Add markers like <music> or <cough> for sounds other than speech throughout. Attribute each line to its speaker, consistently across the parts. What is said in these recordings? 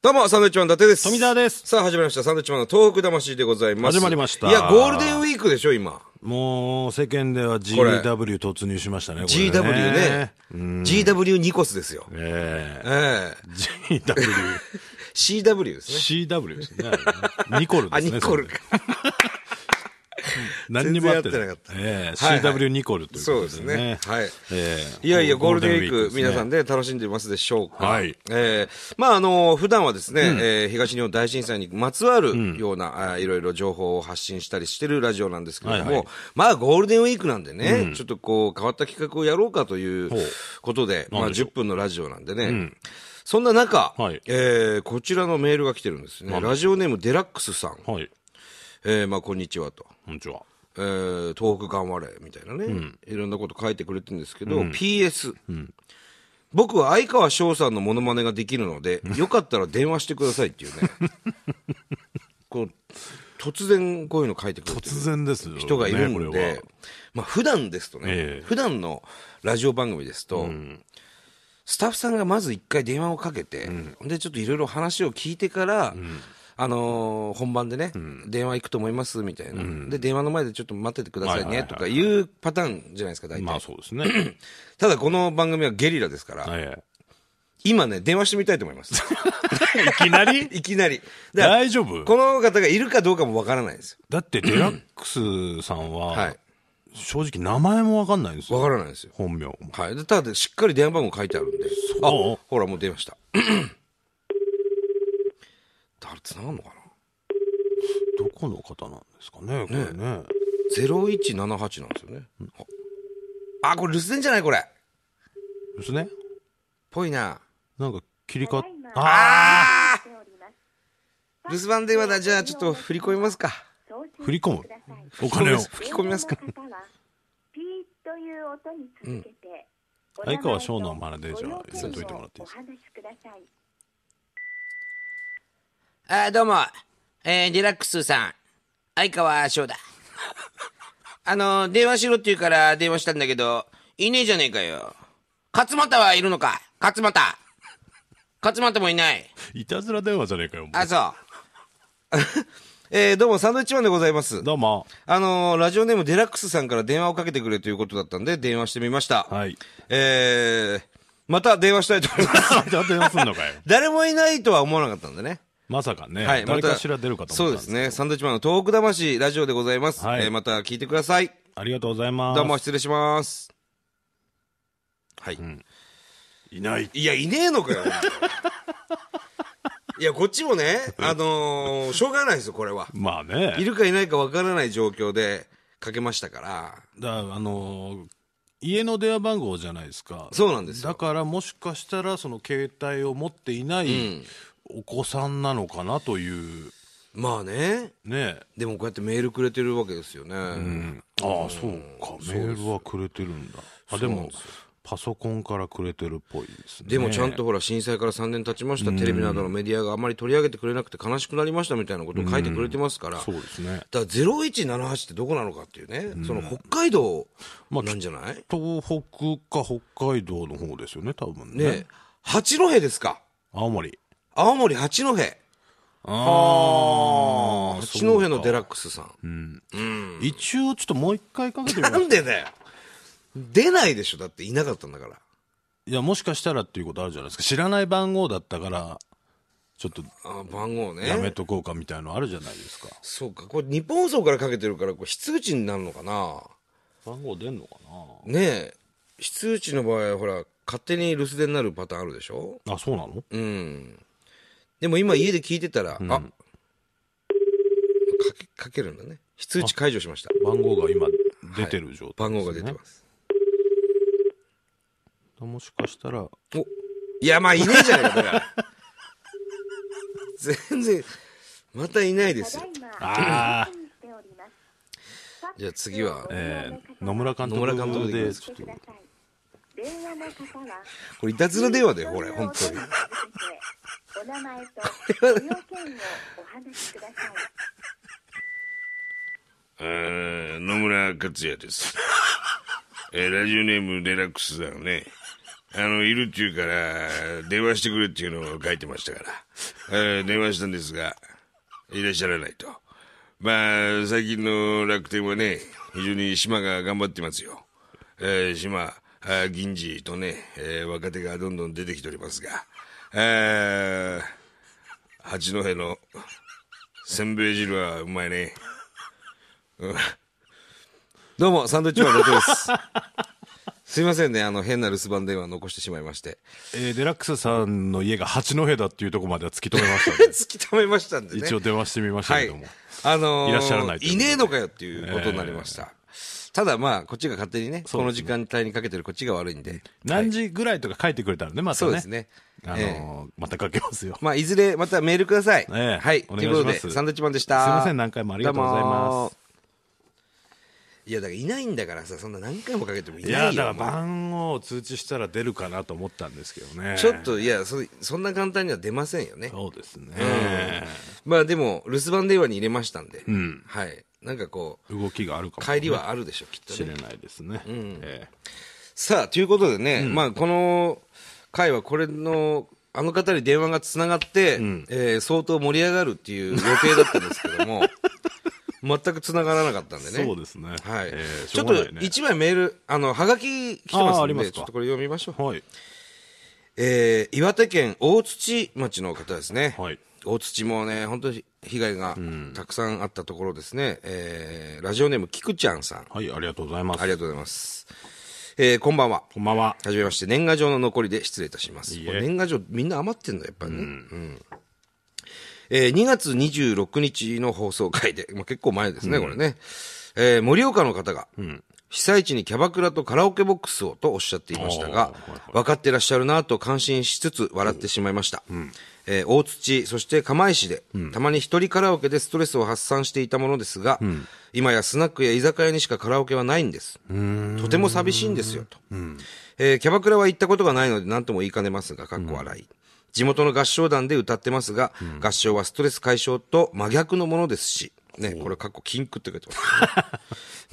Speaker 1: どうも、サンドウィッチマン伊達です。
Speaker 2: 富澤です
Speaker 1: さあ、始まりました。サンドウィッチマンの東北魂でございます。
Speaker 2: 始まりました
Speaker 1: いや、ゴールデンウィークでしょ、今。
Speaker 2: もう世間では
Speaker 1: これ
Speaker 2: GW 突入しましたね、これ
Speaker 1: GW ね。
Speaker 2: うん
Speaker 1: GW ニコスですよ。
Speaker 2: え
Speaker 1: ええ
Speaker 2: え GW、
Speaker 1: CW ですね。
Speaker 2: CW ですね。あれねニコルで
Speaker 1: あ、
Speaker 2: すね。
Speaker 1: ニコルか。
Speaker 2: それ。何にも合って
Speaker 1: 全然
Speaker 2: な
Speaker 1: や
Speaker 2: い
Speaker 1: ってなかった
Speaker 2: ええ
Speaker 1: はいはい
Speaker 2: CW ニコルというこ
Speaker 1: そう
Speaker 2: と
Speaker 1: で
Speaker 2: ですす
Speaker 1: ね
Speaker 2: ね。。
Speaker 1: はい。
Speaker 2: ええ
Speaker 1: いやいや、ゴールデンウィーク、
Speaker 2: ですね
Speaker 1: 皆さんで楽しんでますでしょうか。
Speaker 2: はい
Speaker 1: えーまあ、あの、普段はですね、えー東日本大震災にまつわるような、あーいろいろ情報を発信したりしてるラジオなんですけれども、
Speaker 2: はいはい
Speaker 1: まあ、ゴールデンウィークなんでね、ちょっとこう、変わった企画をやろうかという
Speaker 2: ほう
Speaker 1: ことで、ま
Speaker 2: な
Speaker 1: あ、
Speaker 2: んでしょう
Speaker 1: 10分のラジオなんでね、そんな中、
Speaker 2: はい
Speaker 1: えーこちらのメールが来てるんですね。ラジオネームデラックスさん、
Speaker 2: はい。
Speaker 1: えーまあ、こんにちはと。
Speaker 2: こんにちは。
Speaker 1: えー東北頑張れみたいなね、いろんなこと書いてくれてるんですけど、PS、僕は相川翔さんのモノマネができるの <laughs> で、よかったら電話してくださいっていうね、こう突然こういうの書いてくれてる
Speaker 2: 突然ですよね。
Speaker 1: 人がいる
Speaker 2: これ
Speaker 1: ん
Speaker 2: は
Speaker 1: で、まあ普段ですとね、
Speaker 2: ええ
Speaker 1: 普段のラジオ番組ですと、スタッフさんがまず一回電話をかけて、でちょっといろいろ話を聞いてから、あのー本番でね、電話行くと思いますみたいな、で電話の前でちょっと待っててください
Speaker 2: はいはい
Speaker 1: ね
Speaker 2: はい
Speaker 1: とかいうパターンじゃないですか、大体、
Speaker 2: まあそうですね。
Speaker 1: ただこの番組はゲリラですから、
Speaker 2: え
Speaker 1: 今ね、電話してみたいと思います、
Speaker 2: え <laughs> いきなり
Speaker 1: <laughs> いきなり。だから
Speaker 2: 大丈夫
Speaker 1: この方がいるかどうかもわからないんです
Speaker 2: だってデラックスさん
Speaker 1: よ、は、、
Speaker 2: はい正直名前もわかんないんです
Speaker 1: わ
Speaker 2: よ。
Speaker 1: からないんですよ。
Speaker 2: 本名も。
Speaker 1: はい、でただしっかり電話番号書いてあるんで、あ
Speaker 2: そう
Speaker 1: ほら、もう出ました。 <clears throat> 誰つながるのかな
Speaker 2: どこの方なんですかね、これね。
Speaker 1: ?0178 なんですよね。あ、これ留守電じゃないこれ。
Speaker 2: ですね。
Speaker 1: ぽいな。
Speaker 2: なんか切り替わっ
Speaker 3: 今
Speaker 2: あ
Speaker 1: あ
Speaker 3: しております
Speaker 1: ー留守番電話だ。じゃあちょっと振り込みますか。
Speaker 3: 送信
Speaker 2: 振り込む
Speaker 3: ください
Speaker 2: お金を
Speaker 1: 吹き込みますか
Speaker 3: 電話の方はピーという音に続けて、お名前
Speaker 2: 相
Speaker 3: と
Speaker 2: 川翔のマネージャー
Speaker 3: ご要
Speaker 2: 入れといてもらっていい
Speaker 3: 件をお
Speaker 2: で
Speaker 3: 話
Speaker 2: す
Speaker 3: しください
Speaker 4: あーどうも、えー、デラックスさん、相川翔
Speaker 1: <laughs>
Speaker 4: だ。あの、電話しろって言うから電話したんだけど、いねえじゃねえかよ。勝俣はいるのか勝俣。勝俣もいない。
Speaker 2: いたずら電話じゃねえかよ。もう
Speaker 4: あ、そ
Speaker 1: <laughs> えー、どうも、サンドウィッチマンでございます。
Speaker 2: どうも。
Speaker 1: あのーラジオネームデラックスさんから電話をかけてくれということだったんで、電話してみました。
Speaker 2: はい。
Speaker 1: えー、また電話したいと思い
Speaker 2: <laughs>
Speaker 1: ます。
Speaker 2: あ電話すんの <laughs> かよ。
Speaker 1: 誰もいないとは思わなかったんでね。
Speaker 2: まさかね、
Speaker 1: はい、
Speaker 2: 誰
Speaker 1: また
Speaker 2: かしら出るかと
Speaker 1: そ
Speaker 2: 思
Speaker 1: う
Speaker 2: ったん
Speaker 1: で
Speaker 2: ですす
Speaker 1: ね。サンドウィッチマンの東北魂ラジオでございます。
Speaker 2: はい
Speaker 1: えーまた聞いてください。
Speaker 2: ありがとうございます。
Speaker 1: どうも失礼します。はい。
Speaker 2: いない。
Speaker 1: いや、いねえの
Speaker 2: <laughs>
Speaker 1: かよ。いや、こっちもね、あのーしょうがないですよ、これは。
Speaker 2: まあね。
Speaker 1: いるかいないかわからない状況でかけましたから。
Speaker 2: だあのー家の電話番号じゃないですか。
Speaker 1: そうなんですよ
Speaker 2: だからもしかしたら、その携帯を持っていないお子さんなのかなという、
Speaker 1: まあね。
Speaker 2: ね。
Speaker 1: でもこうやってメールくれてるわけですよね。
Speaker 2: ああ、そうか。メールはくれてるんだ。あ、でも、パソコンからくれてるっぽいですね。
Speaker 1: でもちゃんとほら震災から3年経ちました、テレビなどのメディアがあまり取り上げてくれなくて悲しくなりましたみたいなことを書いてくれてますから、
Speaker 2: そうですね。
Speaker 1: だから0178ってどこなのかっていうね、その北海道なんじゃない、
Speaker 2: 東北か北海道の方ですよね、多分ね。
Speaker 1: ねえ八戸ですか。
Speaker 2: 青森。
Speaker 1: 青森八戸。
Speaker 2: あ
Speaker 1: 八戸のデラックスさん。
Speaker 2: 一応ちょっともう一回かけてみま
Speaker 1: な
Speaker 2: <laughs> す
Speaker 1: んでだよ。出ないでしょ。だっていなかったんだから。
Speaker 2: いやもしかしたらっていうことあるじゃないですか知らない番号だったからちょっと
Speaker 1: あ番号ね。
Speaker 2: やめとこうかみたいのあるじゃないですか
Speaker 1: そうか。これ日本放送からかけてるから、これ非通知になるのかな。
Speaker 2: 番号出んのか
Speaker 1: ねえ。非通知の場合は、ほら、勝手に留守電になるパターンあるでしょ
Speaker 2: なあそうなの
Speaker 1: うん。でも今家で聞いてたら、あかけ、かけるんだね。非通知解除しました。
Speaker 2: 番号が今出てる状態
Speaker 1: 番
Speaker 2: ですね、
Speaker 1: 号が出てます。
Speaker 2: もしかしたら
Speaker 1: おいやまあいねえじゃないかだから全然またいないで
Speaker 3: た
Speaker 1: す
Speaker 3: だ
Speaker 1: よ
Speaker 3: いま
Speaker 2: あー
Speaker 3: 送信しております
Speaker 1: じゃあ次は
Speaker 2: えー、野村監
Speaker 1: 野村監督
Speaker 2: 督
Speaker 1: でいきま
Speaker 2: ですち
Speaker 3: して
Speaker 2: ょっ
Speaker 3: く
Speaker 2: と
Speaker 3: ださい電話の方は
Speaker 1: これいたずら電話だよこれ本当に
Speaker 3: <laughs>
Speaker 1: <laughs>
Speaker 3: お名前とご要件をお話しください
Speaker 5: えー野村克也です。えーラジオネームデラックスさんね。あの、いるっていうから、電話してくれっていうのを書いてましたから。えー電話したんですが、いらっしゃらないと。まあ、最近の楽天はね、非常に島が頑張ってますよ。えー島、あー銀次とね、えー若手がどんどん出てきておりますが、えー八戸のせんべい汁はうまいね。
Speaker 1: どうも、サンドイッチマンの後です。すいませんね、あの、変な留守番電話残してしまいまして。
Speaker 2: えーデラックスさんの家が八戸だっていうところまでは突き止め
Speaker 1: <laughs>
Speaker 2: ましたんで、
Speaker 1: <laughs> 突き止めましたんでね。
Speaker 2: 一応電話してみました
Speaker 1: は
Speaker 2: け
Speaker 1: い
Speaker 2: ども。。
Speaker 1: あのー
Speaker 2: いらっしゃらないということで
Speaker 1: ねえのかよっていうことになりました。ただまあ、こっちが勝手にね、
Speaker 2: そう
Speaker 1: こ
Speaker 2: ですね
Speaker 1: の時間帯にかけてるこっちが悪いんで。
Speaker 2: 何時ぐらいとか書いてくれたらね、またね。
Speaker 1: そうですね。
Speaker 2: あのー
Speaker 1: ええ
Speaker 2: また書けますよ。
Speaker 1: まあ、いずれまたメールください。
Speaker 2: ええ
Speaker 1: はい。
Speaker 2: お
Speaker 1: とい
Speaker 2: 願いう
Speaker 1: こと
Speaker 2: し
Speaker 1: で、
Speaker 2: ます
Speaker 1: サンドイッチマンでした。
Speaker 2: すいません何回もありがとうございます
Speaker 1: どうもいや、だからいないんだからさ、そんな何回もかけてもい
Speaker 2: い
Speaker 1: な
Speaker 2: や、
Speaker 1: い
Speaker 2: だ
Speaker 1: よ。
Speaker 2: から
Speaker 1: お前
Speaker 2: 番号を通知したら出るかなと思ったんですけどね。
Speaker 1: ちょっ。と、いやそ、そんな簡単には出ませんよね。
Speaker 2: そうですね。
Speaker 1: まあでも、留守番電話に入れましたんで、
Speaker 2: ん
Speaker 1: はい。なんかこう、
Speaker 2: 動きがあるかも、
Speaker 1: 帰りはあるでしょ、きっと
Speaker 2: 知
Speaker 1: ね
Speaker 2: れ。ないですね。え
Speaker 1: さあ、ということでね、まあこの回はこれの、あの方に電話がつながって、えー相当盛り上がるっていう予定だったんですけど
Speaker 2: <laughs>
Speaker 1: も、全くつながらなかったんで
Speaker 2: え
Speaker 1: ね。
Speaker 2: そうですね。
Speaker 1: はい、
Speaker 2: ええ
Speaker 1: ちょっ
Speaker 2: しょうが
Speaker 1: と
Speaker 2: ないね
Speaker 1: 一枚メール、あの、はがき来てま
Speaker 2: あー
Speaker 1: す
Speaker 2: あ
Speaker 1: ん
Speaker 2: りま
Speaker 1: で、
Speaker 2: す
Speaker 1: ち
Speaker 2: か
Speaker 1: ょっとこれ読みましょう。
Speaker 2: はい。
Speaker 1: えー岩手県大槌町の方ですね。
Speaker 2: はい
Speaker 1: 大槌もね、本当に被害がたくさんあったところですね。えーラジオネームきくちゃんさん。あ
Speaker 2: はい、ありがとうございます。
Speaker 1: りがとうございます。えーこんばんは。
Speaker 2: こんばんは。
Speaker 1: はじめまして、年賀状の残りで失礼いたします。
Speaker 2: いえ
Speaker 1: これ年賀状みんな余ってんだ、やっぱりね。うんえー2月26日の放送回で、まあ、結構前ですね、これね。えー盛岡の方が、被災地にキャバクラとカラオケボックスをとおっしゃっていましたが、分かってらっしゃるなと感心しつつ笑ってしまいました。えー大土、そして釜石で、たまに一人カラオケでストレスを発散していたものですが、今やスナックや居酒屋にしかカラオケはないんです。とても寂しいんですよ、と。えーキャバクラは行ったことがないので何とも言いかねますが、かっこ笑い。地元の合唱団で歌ってますが、合唱はストレス解消と真逆のものですし、ね、これかっこ禁句って書いてます、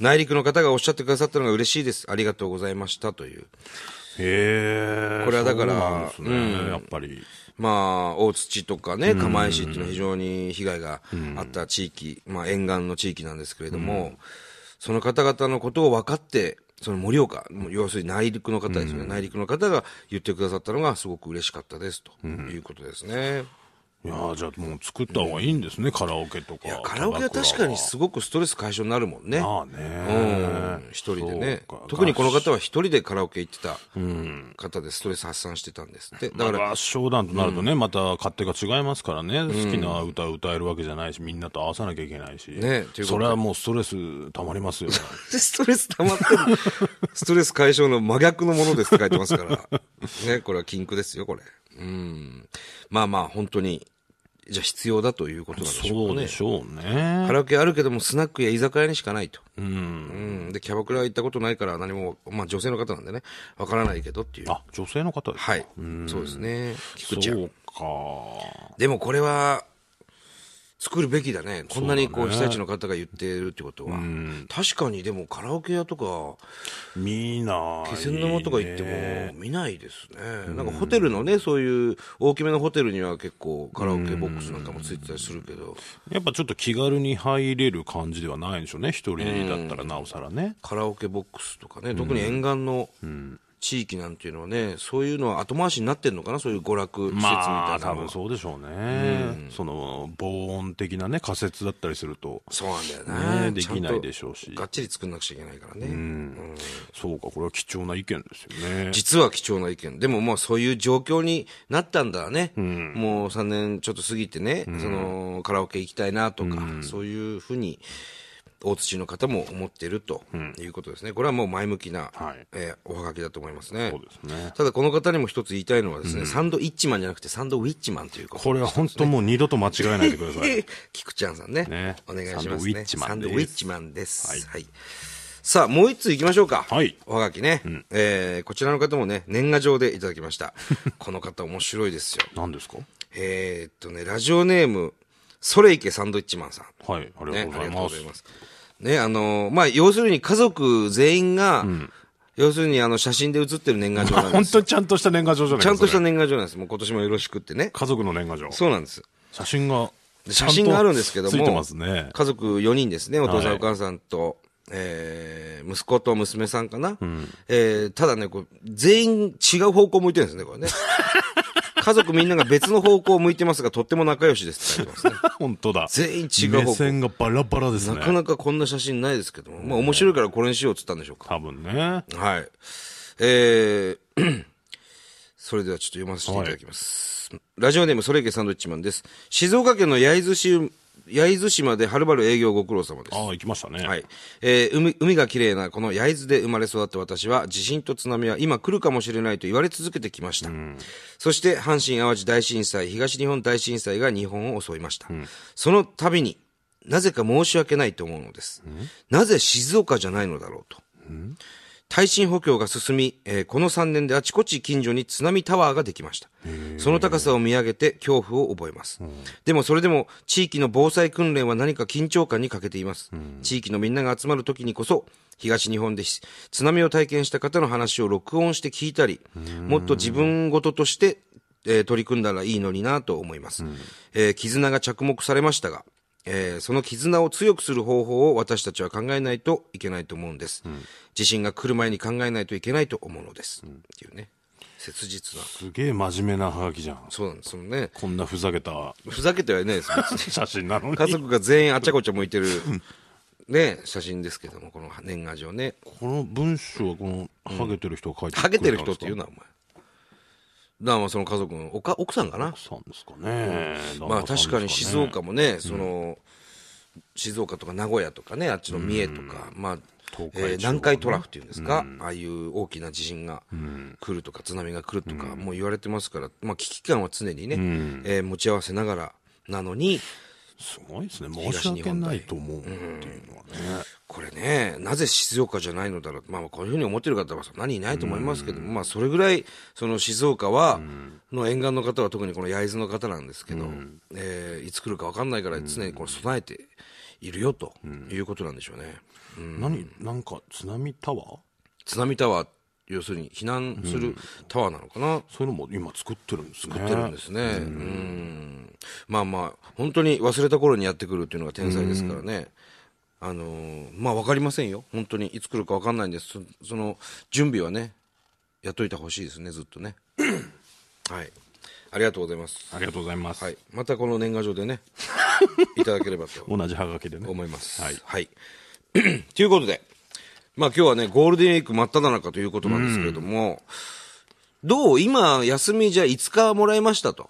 Speaker 1: <laughs> 内陸の方がおっしゃってくださったのが嬉しいです。ありがとうございましたという。
Speaker 2: へえ。
Speaker 1: これはだから
Speaker 2: そうなんですね、やっぱり。
Speaker 1: まあ、大槌とかね、釜石っていうのは非常に被害があった地域、まあ沿岸の地域なんですけれども、その方々のことを分かって、その盛岡、要するに内陸の方ですよね、内陸の方が言ってくださったのがすごく嬉しかったですということですね。
Speaker 2: いやーじゃあもう作った方がいいんですね、カラオケとか。
Speaker 1: いや、カラオケは確かにすごくストレス解消になるもんね。
Speaker 2: まあ
Speaker 1: う
Speaker 2: ね
Speaker 1: ん。一人でね
Speaker 2: そうか。
Speaker 1: 特にこの方は一人でカラオケ行ってた方でストレス発散してたんですって。だから、
Speaker 2: 合唱団となるとね、また勝手が違いますからね、好きな歌を歌えるわけじゃないし、みんなと合わさなきゃいけないし、
Speaker 1: ねということで
Speaker 2: それはもうストレスたまりますよ。
Speaker 1: ストレス溜まってる。 <laughs> ストレス解消の真逆のものですって書いてますから。ね、これは禁句ですよ、これ。うん。まあまあ、本当に、じゃあ必要だということなんでしょう
Speaker 2: そう
Speaker 1: か
Speaker 2: で
Speaker 1: ね。
Speaker 2: しょう
Speaker 1: カ
Speaker 2: ね。
Speaker 1: ラオケあるけども、スナックや居酒屋にしかないと。うん。で、キャバクラは行ったことないから、何も、まあ女性の方なんでね、わからないけどっていう。
Speaker 2: あ、女性の方ですか
Speaker 1: はい。そうですね。菊ちゃ
Speaker 2: そ
Speaker 1: ん
Speaker 2: う。か。
Speaker 1: でもこれは、作るべきだね。こんなにこう被災地の方が言ってるってことは。確かにでも気仙沼とかカラオケ屋とか、
Speaker 2: 見ない、
Speaker 1: 気
Speaker 2: ね。
Speaker 1: 仙沼とか行っても見ないですね。なんかホテルのね、そういう大きめのホテルには結構カラオケボックスなんかもついてたりするけど、
Speaker 2: やっぱちょっと気軽に入れる感じではないんでしょうね、一人だったらなおさらね。
Speaker 1: カラオケボックスとかね、特に沿岸の地域なんていうのはね、そういうのは後回しになってんのかな、そういう娯楽施設みたい
Speaker 2: ま
Speaker 1: な
Speaker 2: あ、
Speaker 1: のは
Speaker 2: 多分そうでしょうね。その、防音的なね、仮説だったりすると。
Speaker 1: そうなんだよね。
Speaker 2: ねできないでしょうし
Speaker 1: ちゃんとがっちり作んなくちゃいけないからね。うん
Speaker 2: そうか、これは貴重な意見ですよね。
Speaker 1: 実は貴重な意見。でももうそういう状況になったんだね。もう3年ちょっと過ぎてね、そのカラオケ行きたいなとか、そういうふうに、大槌の方も思っているということですね。これはもう前向きな、
Speaker 2: はい
Speaker 1: えーおはがきだと思いますね。
Speaker 2: そうですね
Speaker 1: ただこの方にも一つ言いたいのはですね、サンドイッチマンじゃなくてサンドウィッチマンということ。
Speaker 2: これは本当もう二度と間違 <laughs> えないでください。
Speaker 1: <laughs> 菊ちゃんさんね。
Speaker 2: ね
Speaker 1: お願いしますね。
Speaker 2: サンドウィッチマンです
Speaker 1: サンドウィッチマンです。はい。さあ、もう一通行きましょうか。
Speaker 2: はい
Speaker 1: おはがきね。えーこちらの方もね、年賀状でいただきました。 <laughs> この方面白いですよ。
Speaker 2: 何ですか
Speaker 1: えーっとね、ラジオネーム、ソレイケサンドウィッチマンさん。
Speaker 2: はい、ありがとうございます。
Speaker 1: ね、あのーまあ、要するに家族全員が、要するに、あの、写真で写ってる年賀状なんで
Speaker 2: <laughs> 本
Speaker 1: すよ。
Speaker 2: 当にちゃんとした年賀状じゃない
Speaker 1: ちゃんとした
Speaker 2: それ
Speaker 1: 年賀状なんです。もう今年もよろしくってね。
Speaker 2: 家族の年賀状
Speaker 1: そうなんです。
Speaker 2: 写真が
Speaker 1: 写真があるんですけども、
Speaker 2: ちゃんとついてます
Speaker 1: <laughs>
Speaker 2: ね
Speaker 1: 家族4人ですね、お父さん、
Speaker 2: はい
Speaker 1: お母さんと、えー息子と娘さんかな。えーただねこう、全員違う方向向いてるんですね、
Speaker 2: <laughs>
Speaker 1: これね。家族みんなが別の方向を向いてますが、とっても仲良しですって書いてますね。
Speaker 2: 本当だ
Speaker 1: 全員違う
Speaker 2: 目
Speaker 1: 方向。
Speaker 2: 線がバラバラです
Speaker 1: な
Speaker 2: ね
Speaker 1: かなかこんな写真ないですけども、まあ面白いからこれにしようって言ったんでしょうか。
Speaker 2: 多分ね
Speaker 1: はい。えー、 <clears throat> それではちょっと読ませていただきます。ラジオネーム、それいけサンドイッチマンです。静岡県の焼津市、焼津市まではるばる営業ご苦労様です。
Speaker 2: ああ行きましたね
Speaker 1: はい。えー海、海が綺麗なこの焼津で生まれ育った私は、地震と津波は今来るかもしれないと言われ続けてきました。そして、阪神淡路大震災、東日本大震災が日本を襲いました。その度に、なぜか申し訳ないと思うのです。なぜ静岡じゃないのだろうと。耐震補強が進み、えーこの3年であちこち近所に津波タワーができました。その高さを見上げて恐怖を覚えます。でもそれでも地域の防災訓練は何か緊張感に欠けています。地域のみんなが集まる時にこそ、東日本でし津波を体験した方の話を録音して聞いたり、もっと自分事として、えー取り組んだらいいのになと思います。えー絆が着目されましたが、えーその絆を強くする方法を私たちは考えないといけないと思うんです。地震が来る前に考えないといけないと思うのです。っていうね。切実な。
Speaker 2: すげえ真面目なハガキじゃん
Speaker 1: そうなんです。そのね、
Speaker 2: こんなふざけた
Speaker 1: ふざけてはい <laughs> ないです。別に
Speaker 2: 写真なのに
Speaker 1: 家族が全員あちゃこちゃ向いてる、 <laughs> ね、写真ですけども、この年賀状ね。
Speaker 2: この文章はこのハゲてる人が書いて
Speaker 1: ハゲてる人っていう
Speaker 2: の
Speaker 1: な、お前。だからまあその家族のおか奥さんかな。
Speaker 2: さんですかね
Speaker 1: まあ確かに静
Speaker 2: 岡
Speaker 1: 岡もね、その、静岡とか名古屋とかね、あっちの三重とか、まあ、
Speaker 2: 東海地方
Speaker 1: えー南海トラフっていうんですか、ああいう大きな地震が来るとか、津波が来るとか、もう言われてますから、まあ、危機感は常にね、えー持ち合わせながらなのに、
Speaker 2: すごいですね。申し訳ないと思うっていうのはね。
Speaker 1: これね、なぜ静岡じゃないのだろう、まあ、こういうふうに思ってる方はそんなにいないと思いますけども、まあ、それぐらい、その静岡は、の沿岸の方は特にこの焼津の方なんですけど、えーいつ来るか分かんないから、常にこれ備えているよということなんでしょうね。
Speaker 2: 何なんか津波タワー
Speaker 1: 津波タワー、要するに避難するタワーなのかな。
Speaker 2: そういうのも今作ってるんですね。
Speaker 1: 作ってるんですね。うん。まあまあ、本当に忘れた頃にやってくるっていうのが天才ですからね。あのーまあわかりませんよ。本当に。いつ来るかわかんないんです。そその、準備はね、やっといてほしいですね、ずっとね。はい。ありがとうございます。
Speaker 2: ありがとうございます。
Speaker 1: はい。またこの年賀状でね、いただければと
Speaker 2: 同じハガキでね。
Speaker 1: 思い <clears throat> ます。
Speaker 2: はい。
Speaker 1: ということで、まあ今日はね、ゴールデンウィーク真っ只中ということなんですけれども、どう今、休みじゃ5日もらいましたと。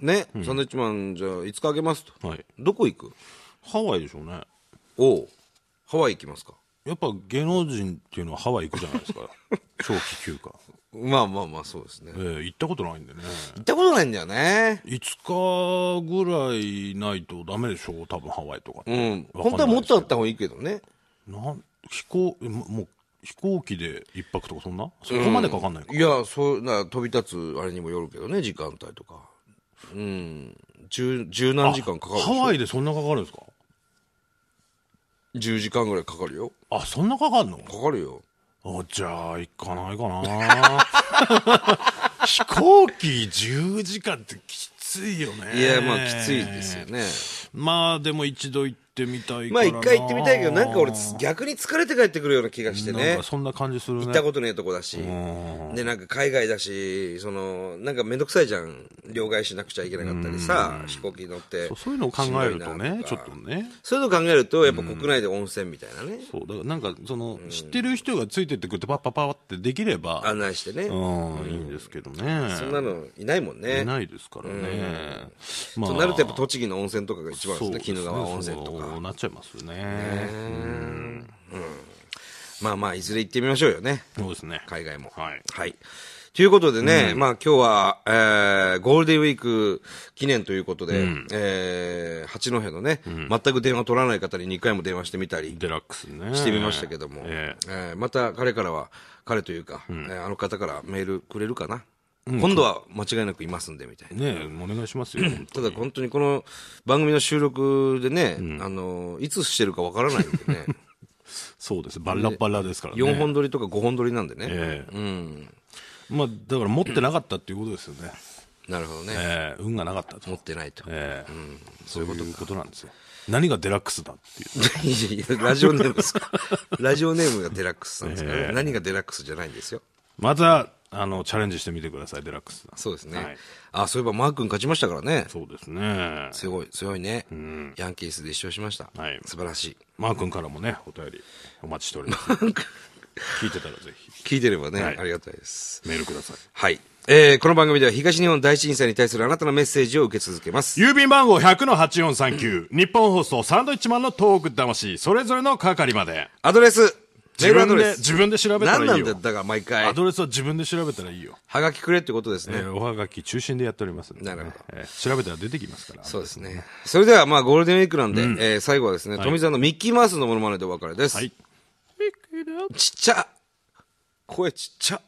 Speaker 1: ね、サンドイッチマンじゃあ5日あげますと。
Speaker 2: はい
Speaker 1: どこ行く
Speaker 2: ハワイでしょうね。
Speaker 1: おうハワイ行きますか。
Speaker 2: やっぱ芸能人っていうのはハワイ行くじゃない
Speaker 1: <laughs>
Speaker 2: ですか。長期休暇。
Speaker 1: まあまあまあ、そうですね。
Speaker 2: ええ行ったことないんでね。
Speaker 1: 行ったことないんだよね。
Speaker 2: 5日ぐらいないとダメでしょう。多分ハワイとかって。
Speaker 1: うん。
Speaker 2: わかん
Speaker 1: 本当
Speaker 2: な
Speaker 1: はいも
Speaker 2: で
Speaker 1: っ
Speaker 2: すけ
Speaker 1: とあ
Speaker 2: ど
Speaker 1: った方がいいけどね。
Speaker 2: なん飛行、えももう飛行機で一泊とかそんなそこまでかかんないか。
Speaker 1: いや、そう、な飛び立つあれにもよるけどね、時間帯とか。うん。十、十何時間かかるでし
Speaker 2: ハ
Speaker 1: ょ。
Speaker 2: ワイでそんなかかるんですか
Speaker 1: 10時間ぐらいかかるよ。
Speaker 2: あ、そんなかかるの
Speaker 1: かかるよ。
Speaker 2: あじゃあ、行かない
Speaker 1: <laughs>
Speaker 2: かな。飛行機10時間ってきついよね。
Speaker 1: いや、まあ、きついですよ。ね。
Speaker 2: まあ、でも一度行ってみたいか
Speaker 1: まあ
Speaker 2: らな。
Speaker 1: 一回行ってみたいけど、なんか俺
Speaker 2: っ
Speaker 1: 逆に疲れて帰ってくるような気がして
Speaker 2: て
Speaker 1: ね
Speaker 2: ね。。そんな感じするね。
Speaker 1: 行ったことねえとこだし。
Speaker 2: うん
Speaker 1: で、なんか海外だし、その、なんかめんどくさいじゃん。両替しなくちゃいけなかったりさ、飛行機乗って。
Speaker 2: そうそういうのを考えるとね、ちょっと。ね。
Speaker 1: そういうの考えると、やっぱ国内で温泉みたいなね。
Speaker 2: そう、だからなんか、その、知ってる人がついてってくれて、パッパッパッってできれば、
Speaker 1: 案内してね。
Speaker 2: うん、いいんですけどね。
Speaker 1: そんなのいないもんね。
Speaker 2: いないですからね。ま
Speaker 1: となるとやっぱ栃木の温泉とかが一番ですね。
Speaker 2: そう
Speaker 1: 鬼怒川温泉と
Speaker 2: そう
Speaker 1: か。
Speaker 2: なっちゃいますね。
Speaker 1: まあまあ、いずれ行ってみましょうよね。
Speaker 2: そうですね。
Speaker 1: 海外も。
Speaker 2: はい
Speaker 1: はい。ということでね、まあ今日は、えー、ゴールデンウィーク記念ということで、えー、八戸のね、全く電話取らない方に2回も電話してみたり
Speaker 2: デラックスね。
Speaker 1: してみましたけども、え
Speaker 2: え
Speaker 1: ーまた彼からは、彼というか、えーあの方からメールくれるかな。今度は間違いなくいますんで、みたい
Speaker 2: え
Speaker 1: な。
Speaker 2: ねえ、お願いしますよ。
Speaker 1: ただ本当に <laughs> この番組の収録でね、あの、いつしてるかわからないんでね、
Speaker 2: そうです。バラバラですからね。
Speaker 1: 4本撮りとか5本撮りなんでね。
Speaker 2: ええまあ、だから持ってなかったっていうことですよね。
Speaker 1: なるほどね。
Speaker 2: ええ運がなかったと。
Speaker 1: 持ってないと。
Speaker 2: ええそういうことなんですよ。何がデラックスだって
Speaker 1: <laughs>
Speaker 2: いう。
Speaker 1: いやいやラジオネームです
Speaker 2: <laughs>
Speaker 1: か。ラジオネームがデラックスさんですから、
Speaker 2: ええ
Speaker 1: 何がデラックスじゃないんですよ。
Speaker 2: また、あの、チャレンジしてみてください、デラックスさん。
Speaker 1: そうですね。
Speaker 2: はい
Speaker 1: あ、そういえばマー君勝ちましたからね。
Speaker 2: そうですね。
Speaker 1: すごい、強いね。ヤンキースで一勝しました。
Speaker 2: はい
Speaker 1: 素晴らしい。
Speaker 2: マー君からもね、お便りお待ちしております。聞いてたらぜひ、
Speaker 1: 聞いてればね、
Speaker 2: はい
Speaker 1: ありがたいです。
Speaker 2: メールください。
Speaker 1: はい。えー、この番組では東日本大震災に対するあなたのメッセージを受け続けます。
Speaker 2: 郵便番号100-8439、日本放送サンドイッチマンのトーク魂、それぞれの係まで。
Speaker 1: アドレス、メー
Speaker 2: 自
Speaker 1: ルアド
Speaker 2: 分
Speaker 1: レ
Speaker 2: で、
Speaker 1: ス。
Speaker 2: 自分で調べたら
Speaker 1: 何ない
Speaker 2: い
Speaker 1: んだよ、
Speaker 2: よ。
Speaker 1: だから毎回
Speaker 2: ア。ドレスは自分で調べたらいいよ。
Speaker 1: はがきくれってことですね。
Speaker 2: えーおはがき中心でやっておりますんでね
Speaker 1: なるほど
Speaker 2: えー調べたら出てきますから。
Speaker 1: そうですね。それでは、まあ、ゴールデンウィークなんで、えー最後はですね、富澤のミッキーマウスのモノマネでお別れです。
Speaker 2: はい。
Speaker 1: ちっちゃ声ちっちゃ